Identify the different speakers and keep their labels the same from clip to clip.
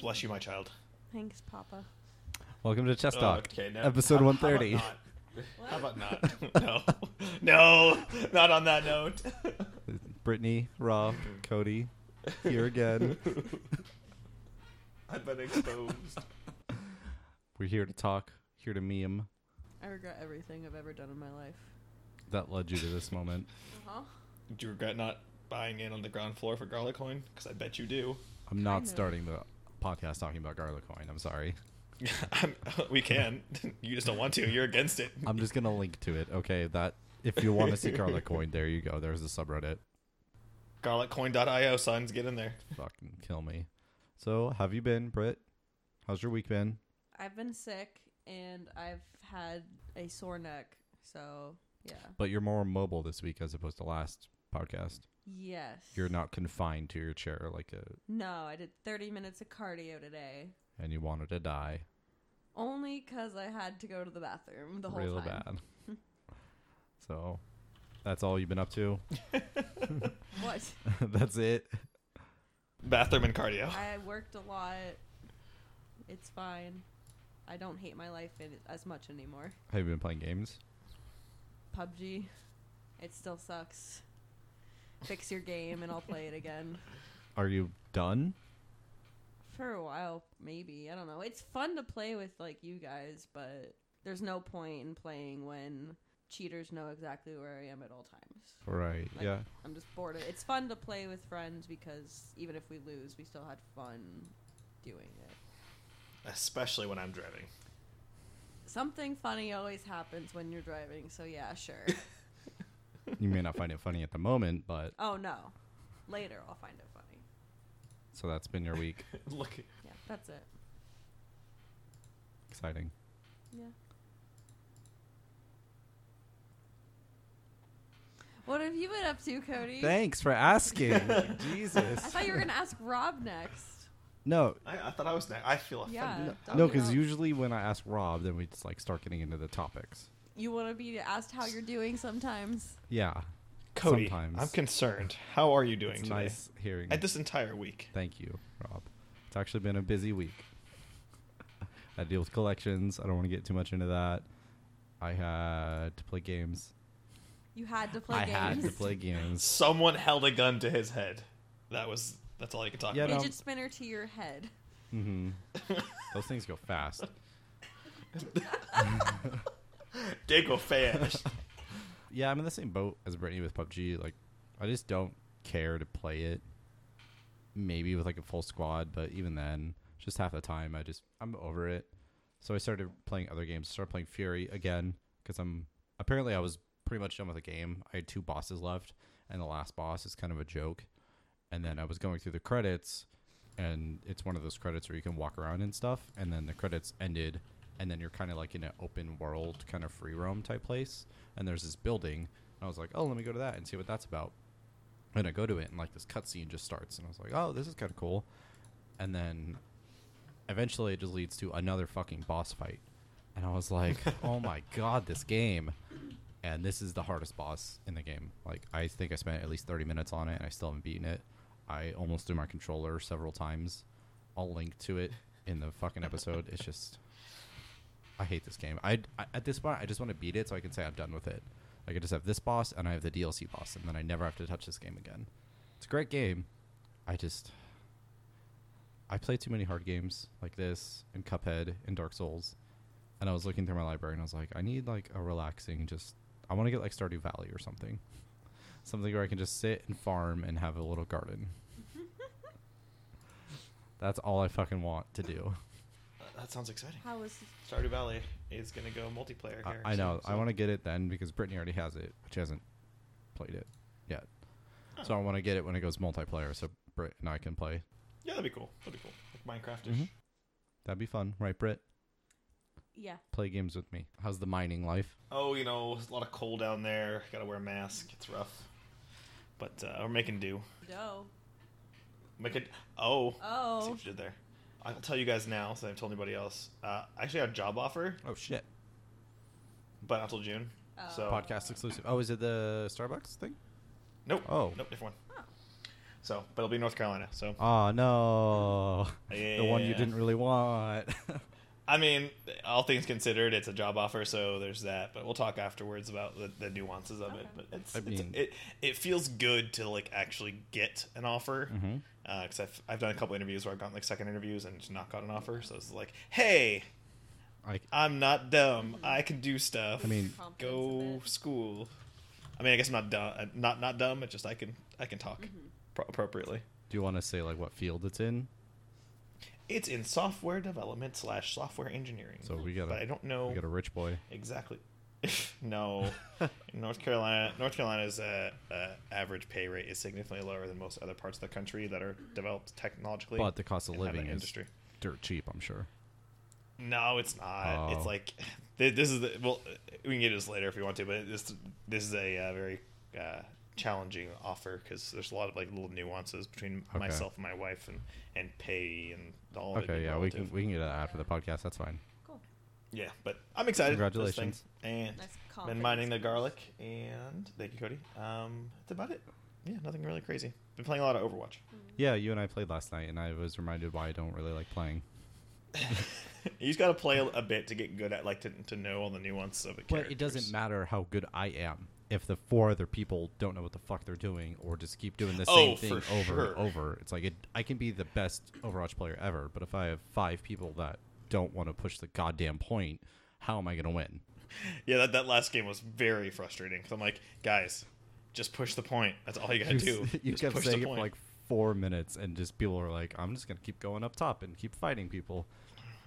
Speaker 1: bless you, my child. Oh,
Speaker 2: Thanks, Papa.
Speaker 3: Welcome to
Speaker 1: Uh,
Speaker 3: Chess Talk,
Speaker 1: okay, no.
Speaker 3: episode
Speaker 1: How-
Speaker 3: 130.
Speaker 1: How about not? How about not? no, no, not on that note.
Speaker 3: Brittany, Rob, Cody, here again.
Speaker 1: I've been exposed.
Speaker 3: We're here to talk, here to meme
Speaker 2: I regret everything I've ever done in my life.
Speaker 3: that led you to this moment.
Speaker 2: Uh-huh.
Speaker 1: Do you regret not buying in on the ground floor for garlic coin? Because I bet you do.
Speaker 3: I'm not
Speaker 2: Kind of.
Speaker 3: starting the podcast talking about Garlicoin. I'm sorry.
Speaker 1: I'm, we can. you just don't want to. You're against it.
Speaker 3: I'm just gonna link to it. Okay, that if you want to see Garlicoin, there you go. There's the subreddit.
Speaker 1: Garliccoin.io, sons, get in there.
Speaker 3: Fucking kill me. So, have you been, Britt? How's your week been?
Speaker 2: I've been sick and I've had a sore neck. So, yeah.
Speaker 3: But you're more mobile this week as opposed to last podcast.
Speaker 2: Yes.
Speaker 3: You're not confined to your chair like uh, a
Speaker 2: No, I did 30 minutes of cardio today.
Speaker 3: and you wanted to die
Speaker 2: Only 'cause I had to go to the bathroom the whole
Speaker 3: real
Speaker 2: time.
Speaker 3: bad. so, that's all you've been up to.
Speaker 2: What?
Speaker 3: that's it.
Speaker 1: Bathroom and cardio.
Speaker 2: I worked a lot. It's fine. I don't hate my life in as much anymore.
Speaker 3: Have you been playing games?
Speaker 2: PUBG. It still sucks. Fix your game and I'll play it again.
Speaker 3: Are you done?
Speaker 2: For a while, maybe. I don't know. It's fun to play with like you guys, but there's no point in playing when cheaters know exactly where I am at all times.
Speaker 3: Right.
Speaker 2: Like-
Speaker 3: yeah.
Speaker 2: I'm just bored of it. It's fun to play with friends because even if we lose, we still had fun doing it.
Speaker 1: Especially when I'm driving.
Speaker 2: Something funny always happens when you're driving, so yeah, sure.
Speaker 3: You may not find it funny at the moment, but
Speaker 2: oh no. Later I'll find it funny.
Speaker 3: so that's been your week.
Speaker 1: Look,
Speaker 2: Yeah, that's it.
Speaker 3: Exciting.
Speaker 2: Yeah. What have you been up to, Cody?
Speaker 3: Thanks for asking.
Speaker 2: I
Speaker 3: Jesus.
Speaker 2: thought you were gonna ask Rob next.
Speaker 3: No,
Speaker 1: I, I thought I was next. I feel offended.
Speaker 2: Yeah. don't
Speaker 3: no,
Speaker 2: be
Speaker 3: because
Speaker 2: Rob.
Speaker 3: usually when I ask Rob, then we just like start getting into the topics.
Speaker 2: you want to be asked how you're doing sometimes.
Speaker 3: Yeah.
Speaker 1: Cody,
Speaker 3: Sometimes.
Speaker 1: I'm concerned. How are you doing
Speaker 3: It's
Speaker 1: today?
Speaker 3: nice hearing.
Speaker 1: At this entire week.
Speaker 3: Thank you, Rob. It's actually been a busy week. I deal with collections. I don't want to get too much into that. I had to play games.
Speaker 2: You had to play
Speaker 3: I
Speaker 2: games.
Speaker 3: had to play games.
Speaker 1: Someone held a gun to his head. That was. That's all you could talk
Speaker 3: Yeah,
Speaker 1: about.
Speaker 2: Fidget spinner to your head.
Speaker 3: hmm Those things go fast.
Speaker 1: They go fast.
Speaker 3: Yeah, I'm in the same boat as Brittany with PUBG. Like, I just don't care to play it. Maybe with like a full squad, but even then, just half the time, I just I'm over it. So I started playing other games. Started playing Fury again because I'm apparently I was pretty much done with the game. I had two bosses left, and the last boss is kind of a joke. And then I was going through the credits, and it's one of those credits where you can walk around and stuff. And then the credits ended, and then you're kind of like in an open world, kind of free roam type place. And there's this building, and I was like, oh, let me go to that and see what that's about. And I go to it, and like this cutscene just starts, and I was like, oh, this is kind of cool. And then eventually it just leads to another fucking boss fight. And I was like, oh my god, this game. And this is the hardest boss in the game. Like, I think I spent at least 30 minutes on it and I still haven't beaten it. I almost threw my controller several times. I'll link to it in the fucking episode. It's just. I hate this game. I, I At this point, I just want to beat it so I can say I'm done with it. Like, I just have this boss and I have the DLC boss, and then I never have to touch this game again. It's a great game. I just. I play too many hard games like this and Cuphead and Dark Souls. And I was looking through my library and I was like, I need like a relaxing just I want to get like Stardew Valley or something. Something where I can just sit and farm and have a little garden. That's all I fucking want to do.
Speaker 1: that sounds exciting.
Speaker 2: How was?
Speaker 1: Stardew Valley is going to go multiplayer
Speaker 3: I,
Speaker 1: here.
Speaker 3: I know. I want to get it then because Brittany already has it, but she hasn't played it yet. So I want to get it when it goes multiplayer so Britt and I can play.
Speaker 1: Yeah, that'd be cool. That'd be cool. Like Minecraft-ish.
Speaker 3: Mhm. That'd be fun, right, Britt?
Speaker 2: Yeah,
Speaker 3: Play games with me. How's the mining life?
Speaker 1: Oh, you know, it's a lot of coal down there. Got to wear a mask. It's rough. But uh, we're making do.
Speaker 2: no.
Speaker 1: Make it. Oh. See
Speaker 2: Oh,
Speaker 1: what you did there. I'll tell you guys now, so I haven't told anybody else. Uh, I actually have a job offer,
Speaker 3: Oh shit.
Speaker 1: but not till June.
Speaker 2: Oh.
Speaker 1: So
Speaker 3: Podcast exclusive. Oh, is it the Starbucks thing?
Speaker 1: Nope.
Speaker 3: Oh.
Speaker 1: Nope. Different one.
Speaker 2: Oh.
Speaker 1: So, but it'll be North Carolina. So
Speaker 3: Oh no, the one you
Speaker 1: Yeah.
Speaker 3: didn't really want.
Speaker 1: I mean, all things considered, it's a job offer, so there's that. But we'll talk afterwards about the, the nuances of it.
Speaker 2: Okay.
Speaker 1: But it's,
Speaker 3: I
Speaker 1: it's-
Speaker 3: mean-
Speaker 1: it it feels good to like actually get an offer
Speaker 3: Mhm.
Speaker 1: because I've I've done a couple interviews where I've gotten like second interviews and just not got an offer. So it's like, hey,
Speaker 3: Like
Speaker 1: I'm not dumb. I can do stuff.
Speaker 3: I mean-
Speaker 2: Confidence a
Speaker 1: go
Speaker 2: bit. school.
Speaker 1: school. I mean, I guess I'm not dumb. uh, Not not dumb. It's just I can I can talk
Speaker 2: Mm-hmm.
Speaker 1: pro- appropriately.
Speaker 3: Do you want to say like what field it's in?
Speaker 1: It's in software development slash software engineering.
Speaker 3: So we got
Speaker 1: but I
Speaker 3: a
Speaker 1: don't know.
Speaker 3: we got a rich boy.
Speaker 1: Exactly. no, North Carolina. North Carolina's uh, uh, average pay rate is significantly lower than most other parts of the country that are developed technologically.
Speaker 3: But the cost of
Speaker 1: and have
Speaker 3: living
Speaker 1: that
Speaker 3: is dirt cheap, I'm sure.
Speaker 1: No, it's not.
Speaker 3: Oh.
Speaker 1: It's like th- this is the well. We can get into this later if we want to, but this this is a uh, very uh, challenging offer because there's a lot of like little nuances between
Speaker 3: Okay.
Speaker 1: myself and my wife and and pay and all. of it
Speaker 3: Okay,
Speaker 1: being
Speaker 3: yeah, we
Speaker 1: relative.
Speaker 3: can we can get that after the podcast. That's fine.
Speaker 2: Cool.
Speaker 1: Yeah, but I'm excited.
Speaker 3: Congratulations.
Speaker 1: Those things. And
Speaker 2: Nice
Speaker 1: been
Speaker 2: confidence
Speaker 1: mining the
Speaker 2: boost.
Speaker 1: garlic, and thank you, Cody. Um, that's about it. Yeah, nothing really crazy. Been playing a lot of Overwatch.
Speaker 3: Yeah, you and I played last night, and I was reminded why I don't really like playing.
Speaker 2: Mm.
Speaker 1: you just got to play a bit to get good at, like, to, to know all the nuance of it.
Speaker 3: But it doesn't matter how good I am if the four other people don't know what the fuck they're doing or just keep doing the
Speaker 1: Oh,
Speaker 3: same
Speaker 1: for
Speaker 3: thing over
Speaker 1: sure.
Speaker 3: and over. It's like it, I can be the best Overwatch player ever, but if I have five people that don't want to push the goddamn point, how am I going to win?
Speaker 1: Yeah, that, that last game was very frustrating because I'm like, guys, just push the point. That's all you got to
Speaker 3: you
Speaker 1: do.
Speaker 3: s- you
Speaker 1: Just
Speaker 3: kept
Speaker 1: push the
Speaker 3: saying it for
Speaker 1: point.
Speaker 3: like four minutes, and just people are like, "I'm just gonna keep going up top and keep fighting people."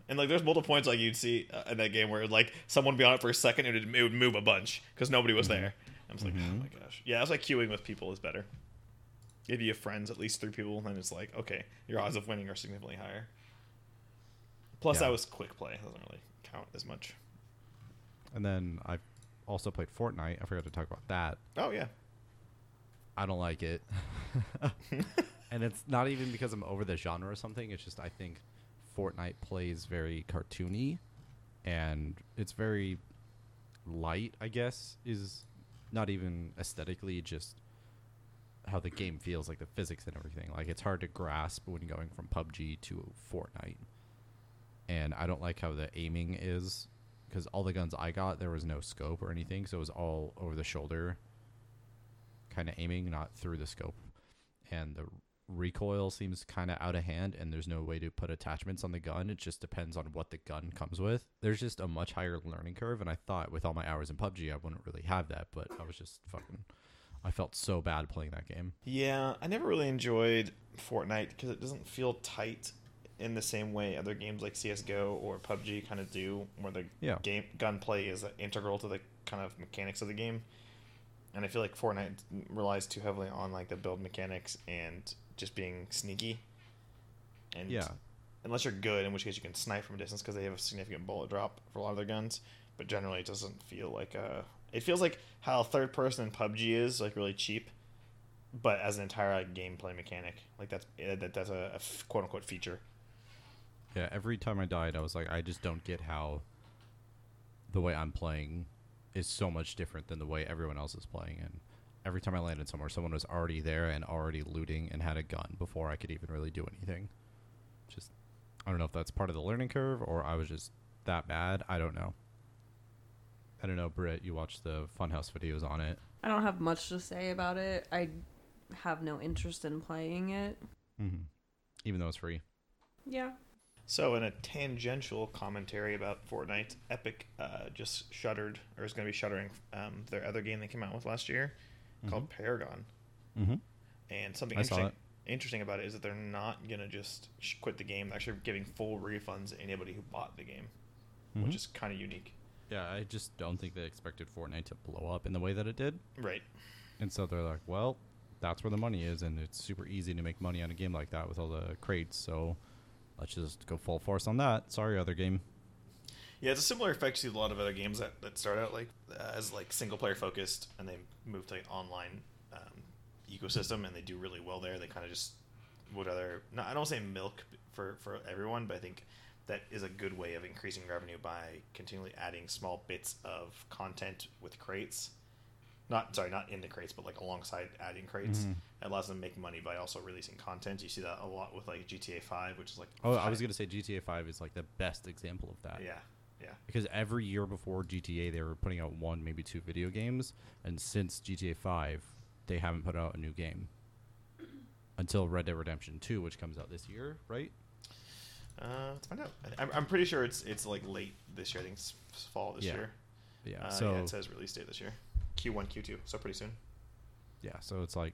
Speaker 1: And like, there's multiple points like you'd see uh, in that game where like someone would be on it for a second and it would, it would move a bunch because nobody was there. I was like, oh my gosh. Yeah, that's why queuing with people is better. If you have friends, at least three people, then it's like, okay, your odds of winning are significantly higher. Plus,
Speaker 3: Yeah.
Speaker 1: that was quick play. It doesn't really count as much.
Speaker 3: And then I also played Fortnite. I forgot to talk about that.
Speaker 1: Oh yeah,
Speaker 3: I don't like it. and it's not even because I'm over the genre or something. It's just I think Fortnite plays very cartoony and it's very light, I guess, is not even aesthetically just how the game feels like the physics and everything. Like it's hard to grasp when going from PUBG to Fortnite. And I don't like how the aiming is because all the guns I got there was no scope or anything, so it was all over the shoulder kind of aiming, not through the scope. And the recoil seems kind of out of hand, and there's no way to put attachments on the gun. It just depends on what the gun comes with. There's just a much higher learning curve, and I thought with all my hours in PUBG, I wouldn't really have that, but I was just fucking. I felt so bad playing that game.
Speaker 1: yeah. I never really enjoyed Fortnite because it doesn't feel tight in the same way other games like CS:GO or PUBG kind of do, where the
Speaker 3: Yeah.
Speaker 1: game gunplay is integral to the kind of mechanics of the game. And I feel like Fortnite relies too heavily on like the build mechanics and just being sneaky. And
Speaker 3: Yeah.
Speaker 1: unless you're good, in which case you can snipe from a distance because they have a significant bullet drop for a lot of their guns. But generally, it doesn't feel like a. It feels like how third person in PUBG is like really cheap, but as an entire like, gameplay mechanic, like that's eh, that, that's a, a quote unquote feature.
Speaker 3: Yeah, every time I died, I was like, I just don't get how the way I'm playing is so much different than the way everyone else is playing. And every time I landed somewhere, someone was already there and already looting and had a gun before I could even really do anything. Just, I don't know if that's part of the learning curve or I was just that bad. I don't know. I don't know, Britt. You watched the Funhouse videos on it.
Speaker 2: I don't have much to say about it. I have no interest in playing it.
Speaker 3: Mm-hmm. Even though it's free.
Speaker 2: Yeah.
Speaker 1: So, in a tangential commentary about Fortnite, Epic uh, just shuttered, or is going to be shuttering, um, their other game they came out with last year called Paragon.
Speaker 3: Mm-hmm.
Speaker 1: And something
Speaker 3: I saw
Speaker 1: interesting, interesting about it is that they're not going to just sh- quit the game. They're actually giving full refunds to anybody who bought the game,
Speaker 3: Mm-hmm.
Speaker 1: which is kind of unique.
Speaker 3: Yeah, I just don't think they expected Fortnite to blow up in the way that it did.
Speaker 1: Right.
Speaker 3: And so they're like, well, that's where the money is, and it's super easy to make money on a game like that with all the crates. So let's just go full force on that. Sorry, other game.
Speaker 1: Yeah, it's a similar effect to a lot of other games that, that start out like uh, as like single player focused, and they move to an online um, ecosystem, and they do really well there. They kind of just would other no, I don't say milk for for everyone, but I think that is a good way of increasing revenue by continually adding small bits of content with crates Not sorry, not in the crates, but like alongside adding crates.
Speaker 3: Mm-hmm.
Speaker 1: It allows them to make money by also releasing content. You see that a lot with like GTA Five, which is like
Speaker 3: Oh, I was gonna say GTA Five is like the best example of that.
Speaker 1: yeah, yeah,
Speaker 3: Because every year before GTA, they were putting out one, maybe two video games, and since GTA Five, they haven't put out a new game until Red Dead Redemption Two, which comes out this year, right?
Speaker 1: Uh, let's find out. I- I'm, I'm pretty sure it's it's like late this year. I think it's s- fall this
Speaker 3: Yeah.
Speaker 1: year.
Speaker 3: Yeah.
Speaker 1: Uh,
Speaker 3: so
Speaker 1: yeah, it says release date this year, Q1, Q2. So pretty soon.
Speaker 3: yeah, so it's like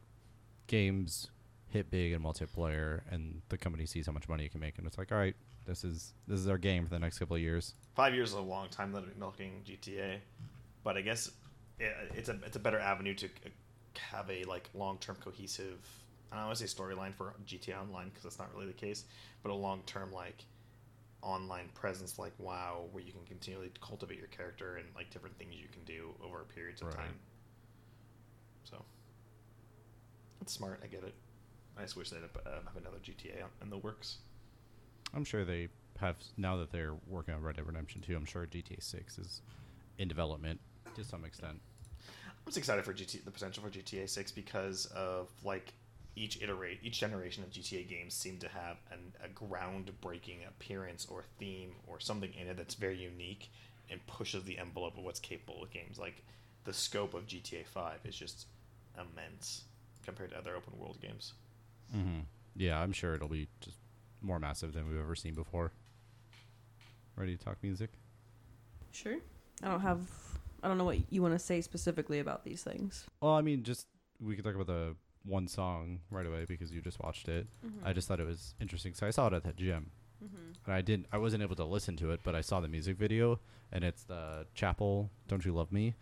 Speaker 3: games hit big in multiplayer, and the company sees how much money it can make, and it's like, all right, this is this is our game for the next couple of years.
Speaker 1: Five years is a long time that I've been milking GTA, but I guess it, it's a it's a better avenue to c- have a like long term cohesive. I don't want to say storyline for GTA Online because that's not really the case, but a long term like online presence like WoW, where you can continually cultivate your character and like different things you can do over periods of
Speaker 3: Right.
Speaker 1: time. So that's smart. I get it. I just wish they'd uh, have another GTA in the works.
Speaker 3: I'm sure they have now that they're working on Red Dead Redemption Two. I'm sure GTA Six is in development to some extent.
Speaker 1: I'm just excited for GT, the potential for GTA 6 because of like each iterate each generation of GTA games seem to have an, a groundbreaking appearance or theme or something in it that's very unique and pushes the envelope of what's capable of games. Like the scope of GTA 5 is just immense compared to other open world games.
Speaker 3: Mm-hmm. Yeah, I'm sure it'll be just more massive than we've ever seen before. Ready to talk music?
Speaker 2: Sure. I don't have. I don't know what you want to say specifically about these things.
Speaker 3: Well, I mean, just we could talk about the one song right away because you just watched it.
Speaker 2: Mm-hmm.
Speaker 3: I just thought it was interesting. So I saw it at that gym, and I didn't. I wasn't able to listen to it, but I saw the music video, and it's the Chapel "Don't You Love Me"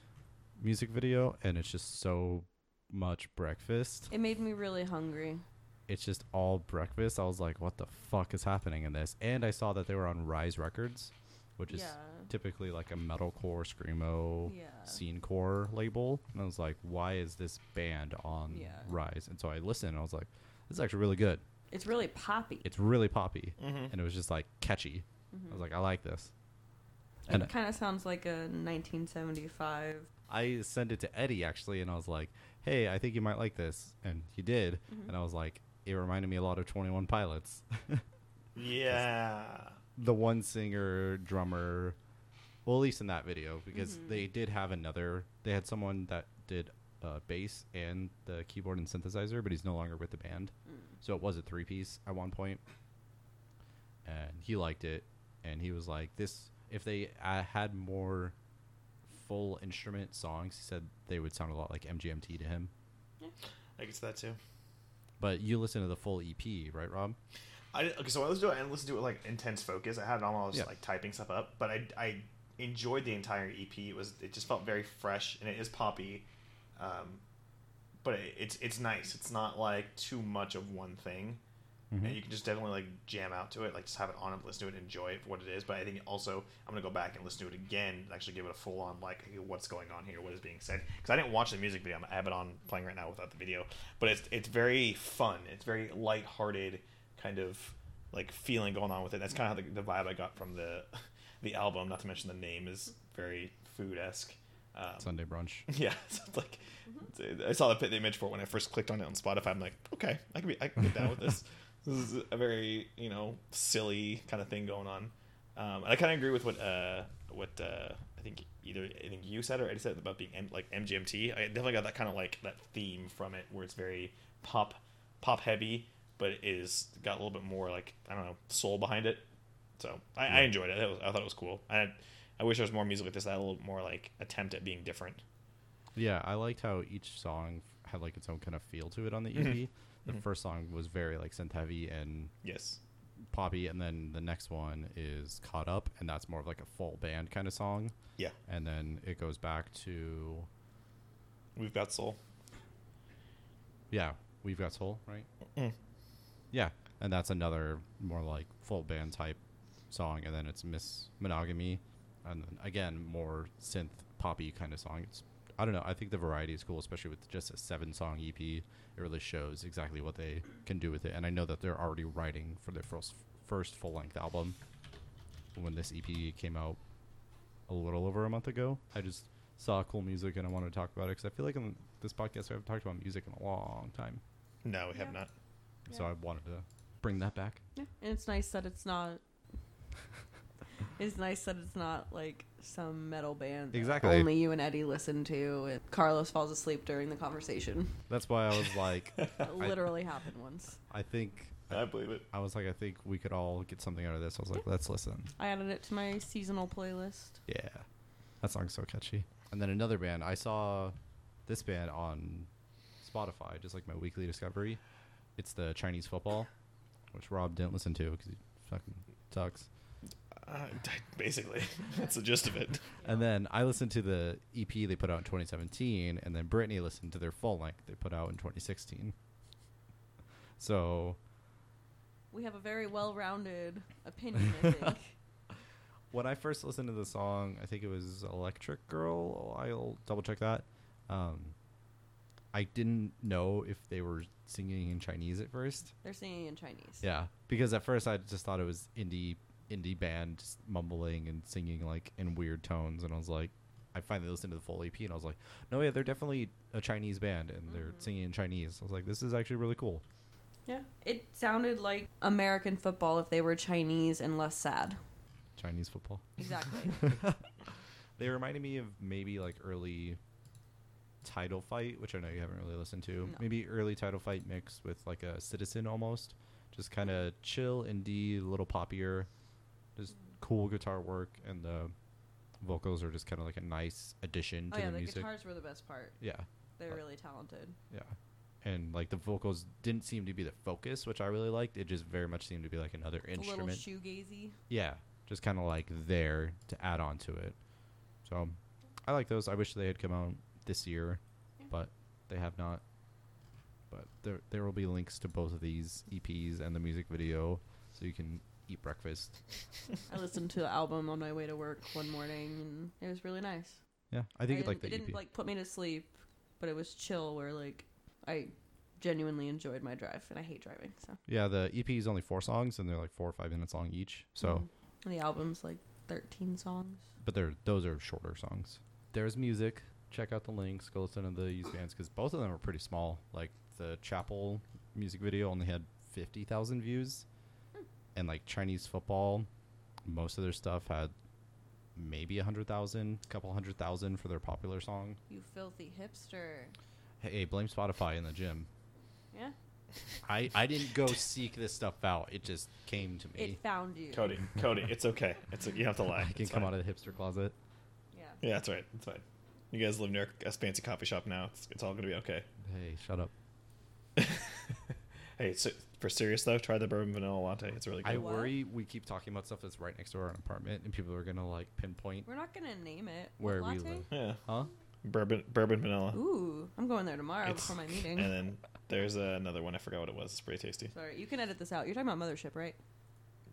Speaker 3: music video, and it's just so much breakfast.
Speaker 2: It made me really hungry.
Speaker 3: It's just all breakfast. I was like, "What the fuck is happening in this?" And I saw that they were on Rise Records, which is
Speaker 2: Yeah.
Speaker 3: typically like a metalcore, screamo,
Speaker 2: Yeah.
Speaker 3: scene core label. And I was like, why is this band on
Speaker 2: Yeah.
Speaker 3: Rise? And so I listened and I was like, this is actually really good.
Speaker 2: It's really poppy.
Speaker 3: It's really poppy. And it was just like catchy. I
Speaker 2: Mm.
Speaker 3: was like, I like this.
Speaker 2: Mm-hmm.
Speaker 3: And
Speaker 2: it kind of sounds like a 1975.
Speaker 3: I sent it to Eddie actually and I was like, hey, I think you might like this. And he did. And I was like, it reminded me a lot of 21 Pilots.
Speaker 1: Yeah.
Speaker 3: the one singer drummer well at least in that video because they did have another they had someone that did uh, bass and the keyboard and synthesizer but he's no longer with the band so it was a three piece at one point and he liked it and he was like this if they uh, had more full instrument songs he said they would sound a lot like mgmt to him
Speaker 1: I guess that too.
Speaker 3: but you listen to the full ep right rob
Speaker 1: I okay, so I listened to it and listened to it with, like intense focus. I had it on while I was
Speaker 3: Yeah.
Speaker 1: like typing stuff up, but I, I enjoyed the entire EP. It was it just felt very fresh and it is poppy, um, but it, it's it's nice. It's not like too much of one thing, and you can just definitely like jam out to it. Like just have it on and listen to it, and enjoy it for what it is. But I think also I'm gonna go back and listen to it again, and actually give it a full on like hey, what's going on here, what is being said. Because I didn't watch the music video. I have it on playing right now without the video, but it's it's very fun. It's very lighthearted kind of like feeling going on with it. That's kind of how the, the vibe I got from the the album. Not to mention the name is very food esque. Um,
Speaker 3: sunday brunch
Speaker 1: yeah, so it's like I saw the, the image for it when I first clicked on it on Spotify. I'm like, okay, I can be, I can get down with this. This is a very you know silly kind of thing going on, um, and I kind of agree with what uh, what uh, I think either I think you said or Eddie said about being M- like MGMT. I definitely got that kind of like that theme from it where it's very pop pop heavy, but it is got a little bit more like I don't know soul behind it. So I, I enjoyed it. That was, I thought it was cool. I I wish there was more music like this. that had a little more like attempt at being different.
Speaker 3: Yeah, I liked how each song f- had like its own kind of feel to it on the EP. The first song was very like synth heavy and
Speaker 1: Yes.
Speaker 3: poppy, and then the next one is Caught Up, and that's more of like a full band kind of song.
Speaker 1: Yeah.
Speaker 3: And then it goes back to
Speaker 1: We've got soul.
Speaker 3: yeah, We've Got Soul, right?
Speaker 1: Mm.
Speaker 3: Yeah, and that's another more like full band type song, and then it's Miss Monogamy, and then again more synth poppy kind of song. It's I don't know. I think the variety is cool, especially with just a seven song EP. It really shows exactly what they can do with it, and I know that they're already writing for their first first full length E album. When this EP came out a little over a month ago, I just saw cool music and I wanted to talk about it because I feel like in this podcast we haven't talked about music in a long time,
Speaker 1: No, we
Speaker 2: Yeah.
Speaker 1: have not.
Speaker 3: so I wanted to bring that back.
Speaker 2: Yeah. And it's nice that it's not. it's nice that it's not like some metal band that
Speaker 3: Exactly.
Speaker 2: only you and Eddie listen to. And Carlos falls asleep during the conversation.
Speaker 3: That's why I was like,
Speaker 2: That literally happened once.
Speaker 3: I think
Speaker 1: I believe it.
Speaker 3: I was like, I think we could all get something out of this. I was like, let's listen.
Speaker 2: I added it to my seasonal playlist.
Speaker 3: Yeah. That song's so catchy. And then another band, I saw this band on Spotify, just like my weekly discovery. It's the Chinese football, which Rob didn't listen to because he fucking sucks.
Speaker 1: Uh, basically, that's the gist of it.
Speaker 3: And then I listened to the EP they put out in 2017, and then Brittany listened to their full length they put out in 2016. So
Speaker 2: We have a very well-rounded opinion, I think.
Speaker 3: when I first listened to the song, I think it was Electric Girl. I'll double check that. Um, I didn't know if they were singing in Chinese at first.
Speaker 2: They're singing in Chinese.
Speaker 3: Yeah, because at first I just thought it was indie indie band just mumbling and singing like in weird tones, and I was like, I finally listened to the full EP, and I was like, no, yeah, they're definitely a Chinese band, and they're singing in Chinese. I was like, this is actually really cool.
Speaker 2: Yeah. It sounded like American football if they were Chinese and less sad.
Speaker 3: Chinese football.
Speaker 2: Exactly.
Speaker 3: They reminded me of maybe like early title fight, which I know you haven't really listened to.
Speaker 2: No.
Speaker 3: Maybe early title fight mixed with like a citizen almost, just kind of chill indie, a little poppier, just cool guitar work, and the vocals are just kind of like a nice addition
Speaker 2: oh
Speaker 3: to
Speaker 2: yeah,
Speaker 3: the,
Speaker 2: the
Speaker 3: music.
Speaker 2: guitars were the best part.
Speaker 3: Yeah,
Speaker 2: They're really talented.
Speaker 3: yeah, and like the vocals didn't seem to be the focus, which I really liked. It just very much seemed to be like another
Speaker 2: A little
Speaker 3: instrument.
Speaker 2: shoegazy.
Speaker 3: Yeah, just kind of like there to add on to it. So I like those. I wish they had come out this year,
Speaker 2: Yeah.
Speaker 3: but they have not. But there there will be links to both of these EPs and the music video, so you can eat breakfast.
Speaker 2: I listened to the album on my way to work one morning, and it was really nice.
Speaker 3: Yeah, I think it like
Speaker 2: didn't- it
Speaker 3: the E
Speaker 2: Oh, didn't
Speaker 3: EP.
Speaker 2: like put me to sleep, but it was chill. Where like I genuinely enjoyed my drive, and I hate driving. So
Speaker 3: yeah, the EP is only four songs, and they're like four or five minutes long each. So.
Speaker 2: And Mm-hmm. the album's like thirteen songs.
Speaker 3: but they're those are shorter songs. There's music. Check out the links. Go listen to these bands because both of them are pretty small. Like the Chapel music video only had fifty thousand views, and like Chinese football, most of their stuff had maybe a hundred thousand, couple hundred thousand for their popular song.
Speaker 2: You filthy hipster.
Speaker 3: Hey, blame Spotify in the gym.
Speaker 2: Yeah,
Speaker 3: I I didn't go seek this stuff out. It just came to me.
Speaker 2: it found you.
Speaker 1: Cody, Cody, it's okay. It's you have to lie.
Speaker 3: I can
Speaker 1: It's
Speaker 3: come
Speaker 1: fine.
Speaker 3: out of the hipster closet.
Speaker 2: Yeah.
Speaker 1: Yeah, that's right. That's fine. You guys live near a fancy coffee shop now. It's, it's all gonna be okay.
Speaker 3: Hey, shut up.
Speaker 1: Hey, so, for serious though, try the bourbon vanilla latte. It's really
Speaker 3: I
Speaker 1: good.
Speaker 2: What?
Speaker 3: worry we keep talking about stuff that's right next to our apartment, and people are gonna like pinpoint
Speaker 2: We're not gonna name it.
Speaker 3: where
Speaker 2: What,
Speaker 3: we
Speaker 2: latte?
Speaker 3: live.
Speaker 1: yeah,
Speaker 3: Huh?
Speaker 1: bourbon bourbon vanilla.
Speaker 2: Ooh, I'm going there tomorrow
Speaker 1: It's-
Speaker 2: before my meeting.
Speaker 1: And then there's uh, another one. I forgot what it was. It's pretty tasty.
Speaker 2: Sorry, you can edit this out. You're talking about Mothership, right?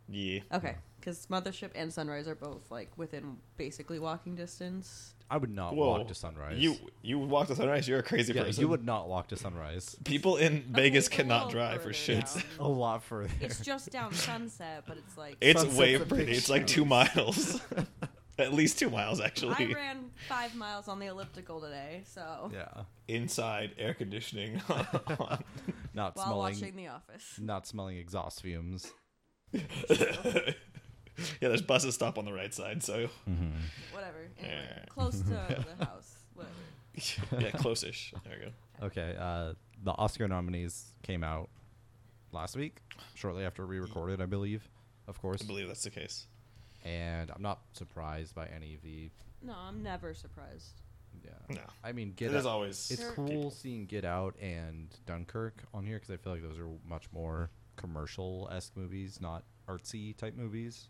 Speaker 1: Yeah.
Speaker 2: Okay, because Mothership and Sunrise are both like within basically walking distance.
Speaker 3: I would not
Speaker 1: Whoa.
Speaker 3: walk to sunrise.
Speaker 1: You you walked to sunrise. You're a crazy
Speaker 3: yeah,
Speaker 1: person.
Speaker 3: you would not walk to sunrise.
Speaker 1: People in Vegas
Speaker 2: it's a
Speaker 1: cannot
Speaker 2: little
Speaker 1: drive for
Speaker 2: further
Speaker 1: shits.
Speaker 2: down.
Speaker 3: A lot further.
Speaker 2: It's just down Sunset, but it's like
Speaker 1: It's
Speaker 3: Sunset's
Speaker 1: way
Speaker 3: a big
Speaker 1: pretty. It's like two
Speaker 3: shoot.
Speaker 1: miles, at least two miles
Speaker 2: I
Speaker 1: actually.
Speaker 2: ran five miles on the elliptical today, so
Speaker 3: yeah,
Speaker 1: Inside air conditioning.
Speaker 3: not
Speaker 2: while
Speaker 3: smelling,
Speaker 2: watching The Office.
Speaker 3: not smelling exhaust fumes.
Speaker 1: yeah, there's buses stop on the right side, so
Speaker 2: Whatever. Anyway,
Speaker 1: Yeah.
Speaker 2: Close to the house. Whatever.
Speaker 1: yeah, close-ish. There we go.
Speaker 3: Okay, uh, the Oscar nominees came out last week, shortly after we recorded, I believe. Of course,
Speaker 1: I believe that's the case.
Speaker 3: and I'm not surprised by any of the.
Speaker 2: No, I'm never surprised.
Speaker 3: Yeah,
Speaker 1: No,
Speaker 3: I mean,
Speaker 1: it
Speaker 3: get
Speaker 1: is
Speaker 3: Out-
Speaker 1: always
Speaker 3: It's
Speaker 2: Sure.
Speaker 3: cool
Speaker 1: people.
Speaker 3: seeing Get Out and Dunkirk on here because I feel like those are much more commercial esque movies, not artsy type movies.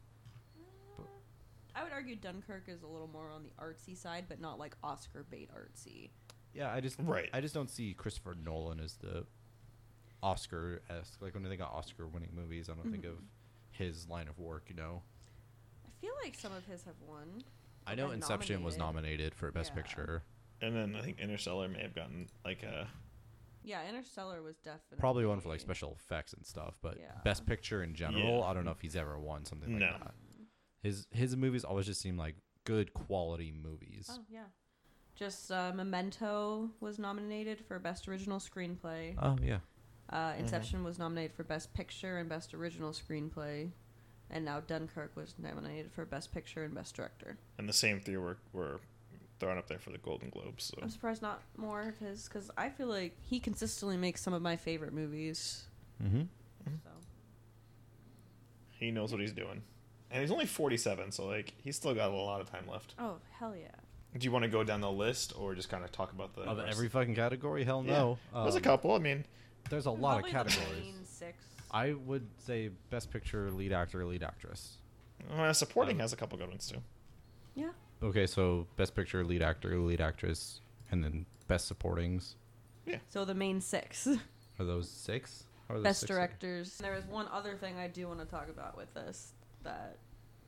Speaker 2: I would argue Dunkirk is a little more on the artsy side, but not like Oscar bait artsy.
Speaker 3: Yeah, I just
Speaker 1: Right.
Speaker 3: I just don't see Christopher Nolan as the Oscar esque. Like when I think of Oscar winning movies, I don't think
Speaker 2: Mm-hmm.
Speaker 3: of his line of work. You know,
Speaker 2: I feel like some of his have won.
Speaker 3: I
Speaker 2: Or
Speaker 3: know
Speaker 2: been
Speaker 3: Inception was nominated for Best
Speaker 2: Yeah.
Speaker 3: Picture.
Speaker 1: And then I think Interstellar may have gotten like uh, a
Speaker 2: Yeah, Interstellar was definitely
Speaker 3: Probably one for like special effects and stuff, but
Speaker 2: Yeah.
Speaker 3: Best Picture in general,
Speaker 1: Yeah.
Speaker 3: I don't know if he's ever won something like
Speaker 1: No.
Speaker 3: that. His his movies always just seem like good quality movies.
Speaker 2: Oh yeah, Just uh, Memento was nominated for Best Original Screenplay.
Speaker 3: Oh yeah.
Speaker 2: Uh, Inception was nominated for Best Picture and Best Original Screenplay, and now Dunkirk was nominated for Best Picture and Best Director.
Speaker 1: And the same three were were thrown up there for the Golden Globes. So
Speaker 2: I'm surprised not more of his because I feel like he consistently makes some of my favorite movies.
Speaker 3: Mm-hmm.
Speaker 2: So
Speaker 1: he knows what he's doing, and he's only 47, so like he's still got a lot of time left.
Speaker 2: oh hell yeah.
Speaker 1: Do you want to go down the list or just kind of talk about the
Speaker 3: Of
Speaker 1: rest?
Speaker 3: every fucking category, hell
Speaker 1: Yeah.
Speaker 3: no.
Speaker 1: There's a
Speaker 3: Um,
Speaker 1: couple. I mean,
Speaker 3: There's a lot of
Speaker 2: Probably The
Speaker 3: categories.
Speaker 2: main six.
Speaker 3: I would say best picture, lead actor, lead actress.
Speaker 1: uh, supporting
Speaker 3: Um,
Speaker 1: has a couple good ones too.
Speaker 2: Yeah.
Speaker 3: Okay, so best picture, lead actor, lead actress, and then best supportings.
Speaker 2: So the main six.
Speaker 3: Are those six? How Are those
Speaker 2: Best
Speaker 3: six?
Speaker 2: directors. There is one other thing I do want to talk about with this that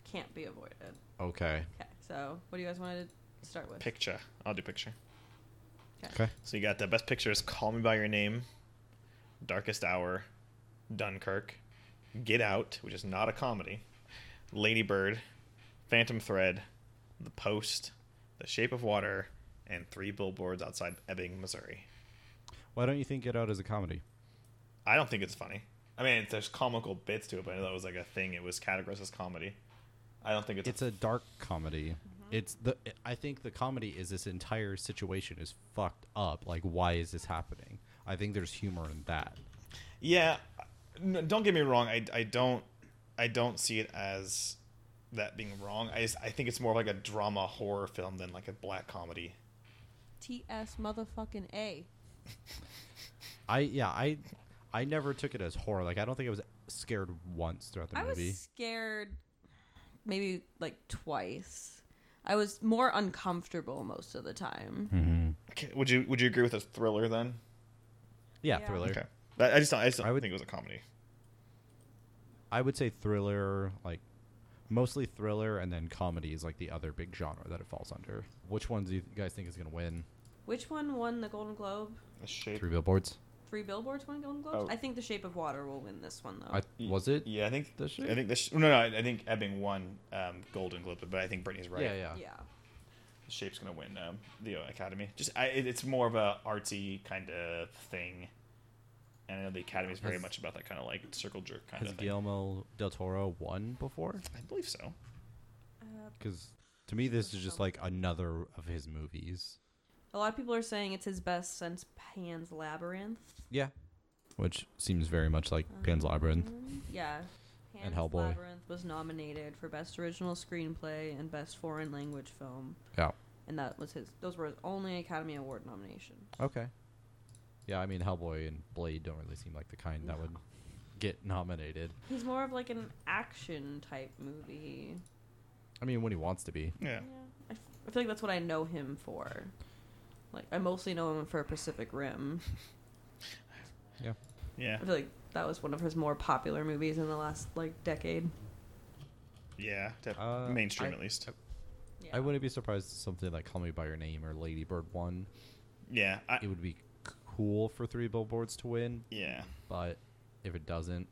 Speaker 2: can't be avoided.
Speaker 3: Okay.
Speaker 2: Okay. So what do you guys want to start with?
Speaker 1: Picture. I'll do picture.
Speaker 3: Okay.
Speaker 1: So you got the best pictures: Call Me by Your Name, Darkest Hour, Dunkirk, Get Out, which is not a comedy, Lady Bird, Phantom Thread, The Post, The Shape of Water, and Three Billboards Outside Ebbing, Missouri.
Speaker 3: Why don't you think Get Out is a comedy?
Speaker 1: I don't think it's funny. I mean, there's comical bits to it, but I know that was like a thing. It was categorized as comedy. I don't think it's.
Speaker 3: It's a dark comedy. It's the. I think the comedy is this entire situation is fucked up. Like, why is this happening? I think there's humor in that.
Speaker 1: Yeah, n- don't get me wrong. I, I don't I don't see it as that being wrong. I just- I think it's more like a drama horror film than like a black comedy.
Speaker 2: T S motherfucking A.
Speaker 3: I yeah I, I never took it as horror. Like, I don't think I was scared once throughout the
Speaker 2: I
Speaker 3: movie.
Speaker 2: was scared maybe like twice. I was more uncomfortable most of the time.
Speaker 3: Hmm.
Speaker 1: Okay, would you Would you agree with a thriller then?
Speaker 3: yeah,
Speaker 2: Yeah.
Speaker 3: thriller.
Speaker 1: Okay, I, I just don't, I just don't
Speaker 3: I would-
Speaker 1: think it was a comedy.
Speaker 3: I would say thriller, like mostly thriller, and then comedy is like the other big genre that it falls under. Which one do you guys think is gonna win?
Speaker 2: Which one won the Golden Globe?
Speaker 1: The shape.
Speaker 3: Three billboards.
Speaker 2: Three Billboards won Golden
Speaker 1: Oh.
Speaker 2: Globes? I think The Shape of Water will win this one, though.
Speaker 3: I was it?
Speaker 1: Uh, Yeah, I think
Speaker 3: The Shape?
Speaker 1: I think the sh- no, no. I, I think Ebbing won um, Golden Globe, but I think Brittany's right.
Speaker 3: Yeah, yeah.
Speaker 2: yeah.
Speaker 1: The shape's gonna win um, the Academy. Just I, it, it's more of a artsy kind of thing, and I know the Academy's very
Speaker 3: Has-
Speaker 1: much about that kind of like circle jerk kind
Speaker 3: Has
Speaker 1: of thing.
Speaker 3: Guillermo del Toro won before?
Speaker 1: I believe so.
Speaker 2: Uh,
Speaker 3: Because to me, this is just like another of his movies.
Speaker 2: a lot of people are saying it's his best since Pan's Labyrinth.
Speaker 3: Yeah. Which seems very much like Pan's Labyrinth.
Speaker 2: Um, yeah. Pan's
Speaker 3: And Hellboy.
Speaker 2: Labyrinth was nominated for Best Original Screenplay and Best Foreign Language Film,
Speaker 3: Yeah.
Speaker 2: and that was his. Those were his only Academy Award nominations.
Speaker 3: Okay. Yeah, I mean Hellboy and Blade don't really seem like the kind that would get nominated.
Speaker 2: He's more of like an action type movie.
Speaker 3: I mean, when he wants to be.
Speaker 1: Yeah.
Speaker 2: I, f- I feel like that's what I know him for. Like I mostly know him for Pacific Rim.
Speaker 3: Yeah.
Speaker 1: Yeah.
Speaker 2: I feel like that was one of his more popular movies in the last like decade.
Speaker 1: Yeah, def-
Speaker 3: Uh,
Speaker 1: mainstream
Speaker 3: I-
Speaker 1: at least.
Speaker 2: Yeah.
Speaker 3: I wouldn't be surprised if something like Call Me by Your Name or Lady Bird won.
Speaker 1: yeah, I,
Speaker 3: It would be cool for three billboards to win,
Speaker 1: yeah,
Speaker 3: but if it doesn't,